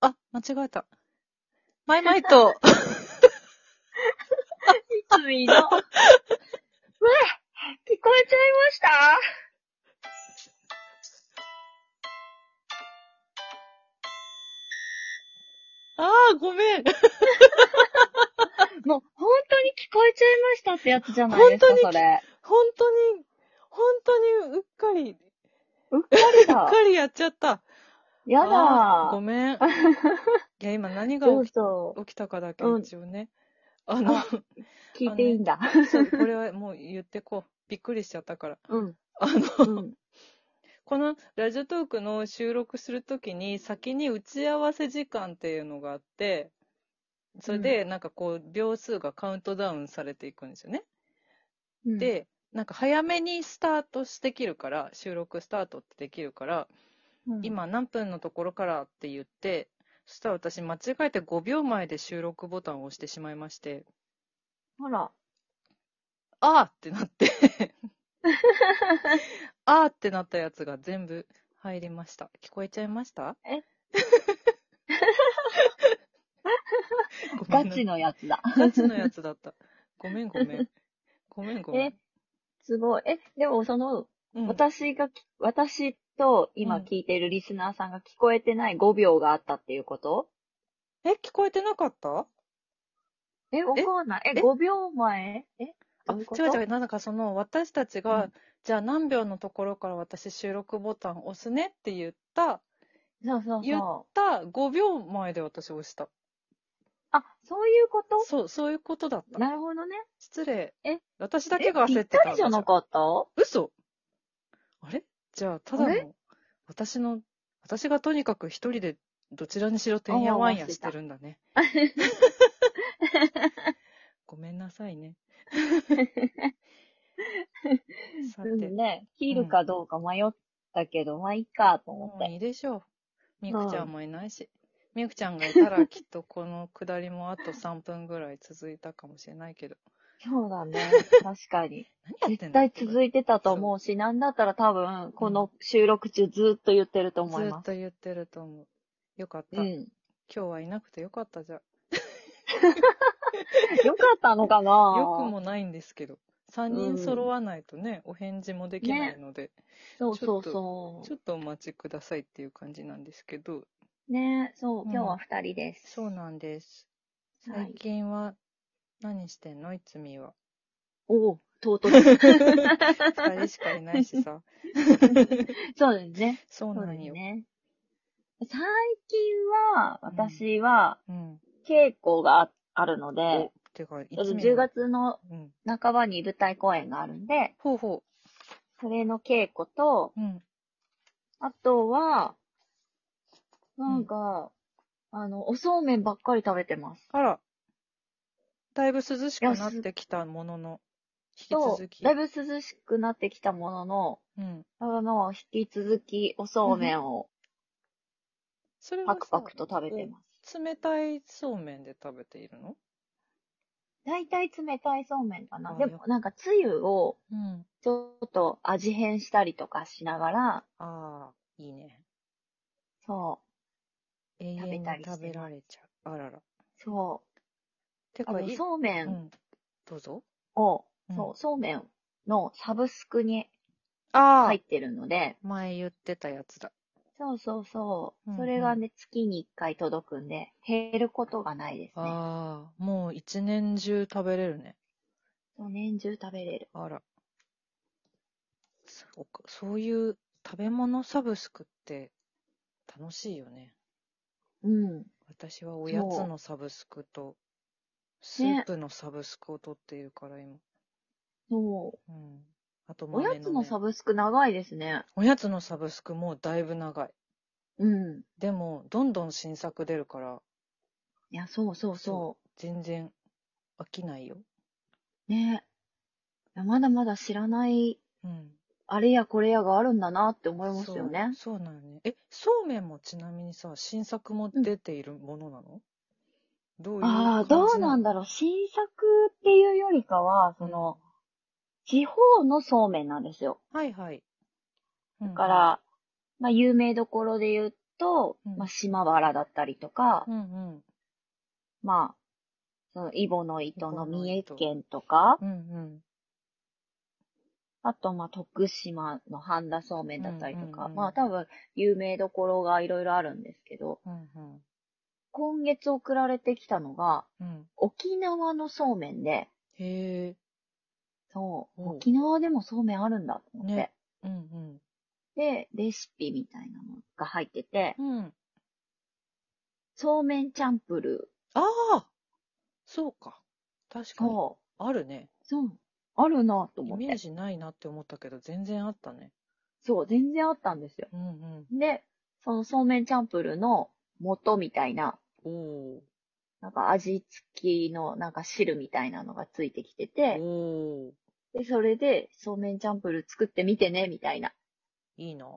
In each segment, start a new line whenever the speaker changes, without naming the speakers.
間違えた。マイマイ と、
いつ いの。うわ聞こえちゃいました
ああ、ごめん。
もう、本当に聞こえちゃいましたってやつじゃないですか、
本当
そ
に
れ。
本当に、本当にうっかり、
うっかり
うっ
だ。
かりやっちゃった。
や
あー
だ
ご めん。いや、今何が
どう
起き
ぞ、
起きたかだけ、
うん
一応ね。あの
あ、聞いていいんだ。
そうこれはもう言ってこう。びっくりしちゃったから。
うん。
あ
う
の、
ん。
このラジオトークの収録するときに先に打ち合わせ時間っていうのがあって、それでなんかこう秒数がカウントダウンされていくんですよね。
うん、
で、なんか早めにスタートできるから、収録スタートってできるから、
うん、
今何分のところからって言って、そしたら私間違えて5秒前で収録ボタンを押してしまいまして、
ほら。
あーってな って、あーってなったやつが全部入りました。聞こえちゃいました
え
ごめ
ガ
んな
チのやつだ。
ガチのやつだった。ごめんごめん。ごめん ごめん
え。、すごい。え、でもその、
うん、
私がき、私と今
うん
聞いてるリスナーさんが聞こえてない5秒があったっていうこと
え、聞こえてなかった
え、わかんない。え、
え
5秒前え
あ、違
どういううこと
違う、なんかその私たちが、
うん
じゃあ何秒のところから私収録ボタン押すねって言った、
そうそう
言っ
そ
た5秒前で私押した。
う。あ、そういうこと
そう、そういうことだった。
なるほどね。
失礼。
え
私だけが
えぴ
焦っ
ってた
た
り
ん
じゃなかった
嘘あれじゃあ、ただ
あ
の、私の、私がとにかく一人でどちらにしろてんやわんやしてるんだね。 ごめんなさいね。さ
う
て
ん。ね。切るかどうか迷ったけど、まあいいかと思
も
っ
う
て。
いいでしょう。みゆくちゃんもいないし。みゆくちゃんがいたらきっとこの下りもあと3分ぐらい続いたかもしれないけど。
そうだ ね。確かに。
何やって
絶
んの
対続いてたと思うし、なんだったら多分、この収録中ずっと言ってると思い
ず
ま
っ
す。
と言ってると思う。よかった。
う
今
ん。
日はいなくてよかったじゃん。
よかったのかな
よくもないんですけど。3
う
人
ん
揃わないとね、お返事もできないので、
そうそう
ち
そ
ちょっとお待ちくださいっていう感じなんですけど、
う。ねそう、
うん
今日は二人です。
そうなんです。
はい
最近は何してんのいつ みは。
おお、唐突。
二人しかいないしさ。
そうですね。
そう
そう
な
で
ん
す
よ。
ね。最近は、
うん
私は、
うん。
稽古がああるので、
てか、い
ちょっと
つ見
10月の
うん。
半ばに舞台公演があるんで、
ほうほ
それの稽古と、
う。うん。
あとは、なんか、あの、おそうめんばっかり食べてます。
あら。だいぶ涼しくなってきたものの、引き
と
続、き。
だいぶ涼しくなってきたものの、
うん。
あの、引き続きおそうめんを
それは
パ
さ
クパクと食べてます。
冷たいそうめんで食べているの
大体冷たいそうめんかな。
あ
でもなんかつゆを
うん。
ちょっと味変したりとかしながら、
ああ、いいね。
そ
永遠
べたり
に
してます
食べられちゃう。あらら。
う、そ
て
う。あ
か、
の、
い
そうめ
うんん。どうぞ。
を、
うん
そう、そうめんのサブスクに
ああ、
入ってるので、
前言ってたやつだ。
そうそうそう、
うんうん
それがね、月に1回届くんで、減ることがないですね。
ああ、もう一年中食べれるね。
そう年中食べれる。
あら。そうか、そういう食べ物サブスクって楽しいよね。
うん。
私はおやつのサブスクと、ス
ね
ープのサブスクを取っているから今。
そう。
うん。あと
お
豆の、ね、
やつのサブスク長いですね。
おやつのサブスクもうだいぶ長い。
うん。
でも、どんどん新作出るから、
いや、そうそうそう。
全然飽きないよ。
ねえ。いやまだまだ知らない、
うん。
あれやこれやがあるんだなって思いますよね。
そうそうなんよね。え、そうめんもちなみにさ、新作も出ているものなの、どういう
あ
感
あ、
じ
どうなんだろう。新作っていうよりかは、その、地方のそうめんなんですよ。
はいはい。だ
だか、ら、まあ、有名どころで言うと、
うん
まあ、島原だったりとか、
うんうん。
まあ、その、イボの糸
揖
の
保乃
三重
糸
県とか、
うんうん。
あと、まあ、徳島の半田そうめんだったりとか、
うんうんうん
まあ、多分、有名どころがいろいろあるんですけど、
うんうん。
今月送られてきたのが、
うん。
沖縄のそうめんで、
へえ。
そう、
おう
沖縄でもそうめんあるんだと思って、
ねうん
で、レシピみたいなのが入ってて、
うん。うん。
そうめんチャンプル
ああそうか。確
ー、
かに。
そう、
あるね。
そう、あるなと
イ
思っ
メー
て、
ジないなって思ったけど、全然あったね。
そう、全然あったんですよ。
うんうん。
で、そのそうめんチャンプルーの元みたいな、
おお
なんか味付きのなんか汁みたいなのがついてきて
ー。
て、
おお
で、それでそうめんチャンプルー作ってみてね、みたいな。
ー。いいな。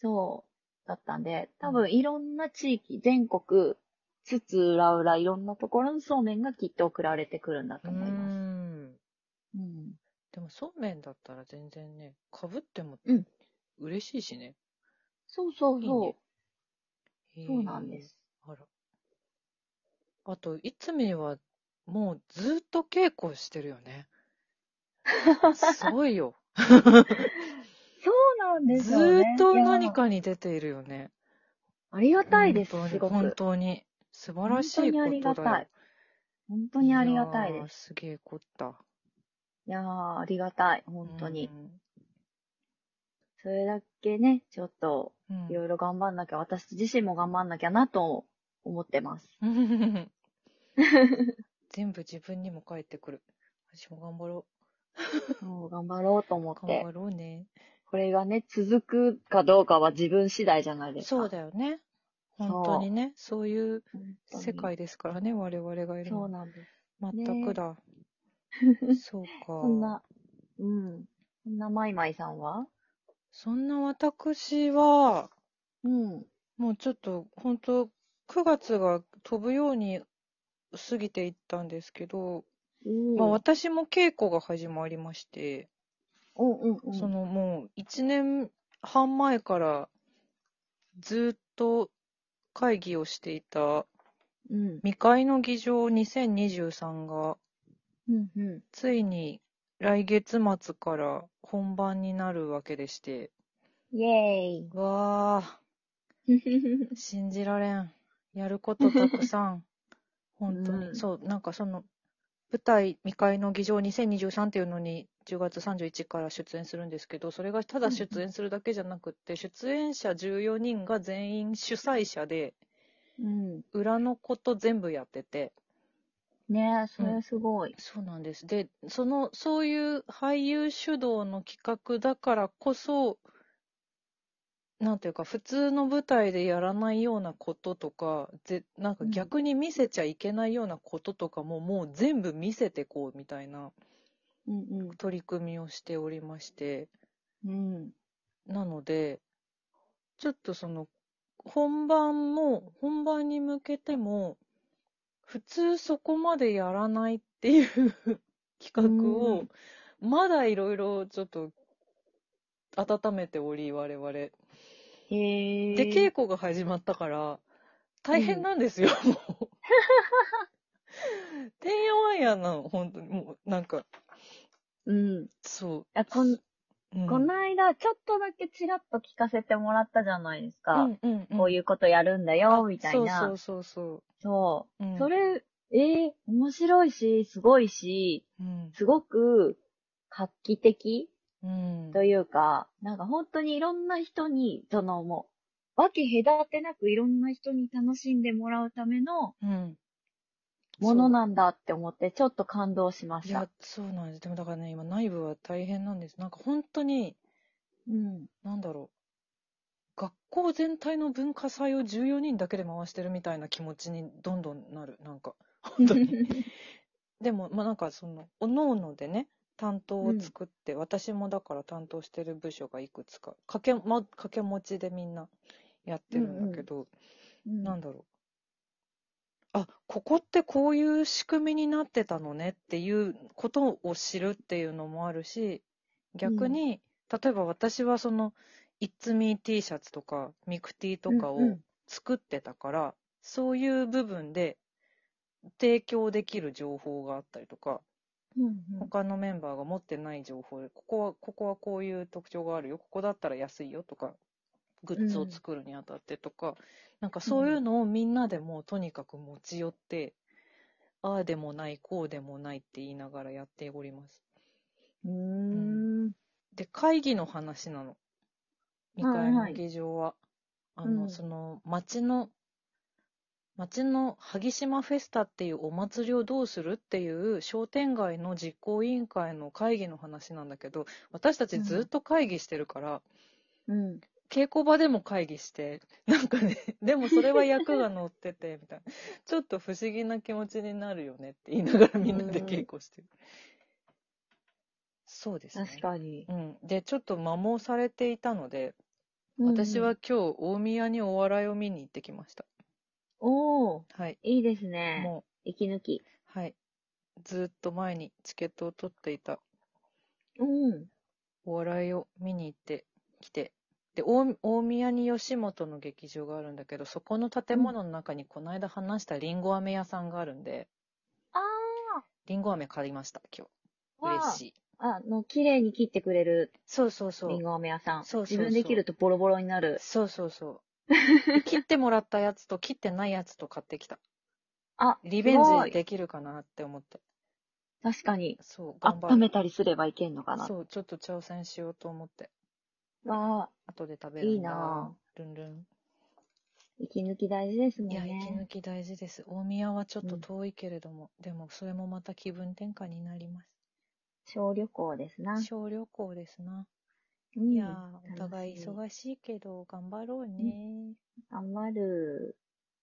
そう、だったんで、多分いろんな地域、全国、津々浦々いろんなところのそうめんがきっと送られてくるんだと
う
思います。
ん。
うん。
でもそうめんだったら全然ね、かぶっても
うん
嬉しいしね。
そうそう
い
そう。
いねへー
そうなんです。。
あら。あと、いつみはもうずっと稽古してるよ ね。すごいよ。
そうなんです
ず
よ、ね。
ーっと何
いや。
かに出ているよね。
ありがたいです、
本当
す
に
ごく。
本当に。素晴らしいことだよ。
本当にありがた
本
い。本当にありがたいです。
す。すげえこった。
いやー、ありがたい、本当に。それだけね、ちょっと、
うん。
いろいろ頑張んなきゃ、私自身も頑張んなきゃなと思っ てます。
うん全部自分にも返ってくる。私も頑張ろ
もう頑張ろうと思
う。
って
頑張。ろうね。
これがね、続くかどうかは自分次第じゃないですか。
そうだよね。本当にね、そういう
本当に
世界ですからね、我々がいる
そう
の。
なんです。
全く だ。そうか。
そんな、うん。そんなマイマイさんは
そんな私は、
うん。
もうちょっと、本当9月が飛ぶように過ぎていったんですけど、まあ
うん。
私も稽古が始まりまして、
うんうんうん。
そのもう1年半前からずっと会議をしていた
うん。
未開の議場2023が
うんうん。
ついに来月末から本番になるわけでして、
イ ェーイ。
うわあ、信じられん。やることたくさ ん。本当に、
うん
そう、なんかその、舞台未開の議場2023っていうのに10月31日から出演するんですけど、それがただ出演するだけじゃなくって、出演者14人が全員主催者で、
うん。
裏のこと全部やってて、
ねえ、それすごい。
そうなんです。で、その、そういう俳優主導の企画だからこそ、なんていうか、普通の舞台でやらないようなこととか、ぜなんか
うん
逆に見せちゃいけないようなこととかも、もう全部見せてこうみたいな
うんうん。
取り組みをしておりまして、
うん。
なので、ちょっとその、本番も、本番に向けても、普通そこまでやらないっていう 企画を、まだいろいろちょっと、温めており、我々。で、
へえ。
稽古が始まったから、大変なんですよ、もう。てんやわんやなの、本当に。もう、なんか、
うん。
そ
あこん
う。うん、
この間、ちょっとだけちらっと聞かせてもらったじゃないですか。
うんうんうん、
こういうことやるんだよ、みたい
そ
な。そうう
そうそうそう。うん、
それ、えー、面白いし、すごいし、
うん、
すごく画期的
うん。
というか、なんか本当にいろんな人に、そのもう、わけ隔てなくいろんな人に楽しんでもらうための
うん。
ものなんだって思って、ちょっと感動しま
そう
し
いや
た。、
そうなんです。でもだからね、今内部は大変なんです。なんか本当に、
うん。
なんだろう。学校全体の文化祭を14人だけで回してるみたいな気持ちにどんどんなる。なんか、本当に。 でも、まあなんかその、おのおのでね、担当を作って、私もだから担当してる部署がいくつか、掛け,、ま、掛け持ちでみんなやってるんだけど、
うん
なんだろう。あ、ここってこういう仕組みになってたのねっていうことを知るっていうのもあるし、逆に、例えば私はその、 「It's Me」T シャツとかミクティとか
うんう
を
ん
作ってたから、そういう部分で提供できる情報があったりとか
うんうん
他のメンバーが持ってない情報ここはここはこういう特徴があるよここだったら安いよとかグッズを作るにあたってとか、なんかそういうのをみんなでもうとにかく持ち寄って、ああでもないこうでもないって言いながらやっております
うーん。
で会議の話なの
い
2
はい
階の議場は、あの、
うん
その町の町の萩島フェスタっていうお祭りをどうするっていう商店街の実行委員会の会議の話なんだけど私たちずっと会議してるから、
うん。
稽古場でも会議してなんかね でもそれは役が乗っててみたいなちょっと不思議な気持ちになるよねって言いながらみんなで稽古してる、そうですね
確かに。
うん、でちょっと摩耗されていたので私は今日大宮にお笑いを見に行ってきました
うん、おお
はい
いいですね。
も
息抜き。
うはいずーっと前にチケットを取っていた
うん。
お笑いを見に行ってきてで大大宮に吉本の劇場があるんだけどそこの建物の中にこの間話したりんご飴屋さんがあるんで
あ
りんご飴買いました今
あ、わ
日
あ
嬉しい
あの、綺麗に切ってくれる
そうそうそう
リンゴ飴屋さん。
そうそうそう
自分で切るとボロボロになる。
そうそうそう 切ってもらったやつと切ってないやつと買ってきた
あ、
リベン
すご
ジ
い
できるかなって思って
確かに。
そう頑張る
温めたりすればいけんのかな。
そうちょっと挑戦しようと思って
わあ、
後で食べるんだ
いいな
ルンルン
息抜き大事ですもん
いや
ね。
息抜き大事です大宮はちょっ
う
と
ん
遠いけれども、でもそれもまた気分転換になります
小旅行ですな。
小旅行ですな、
うん
いやーお互い
楽しみ
忙しいけど頑張ろうね、
頑張る。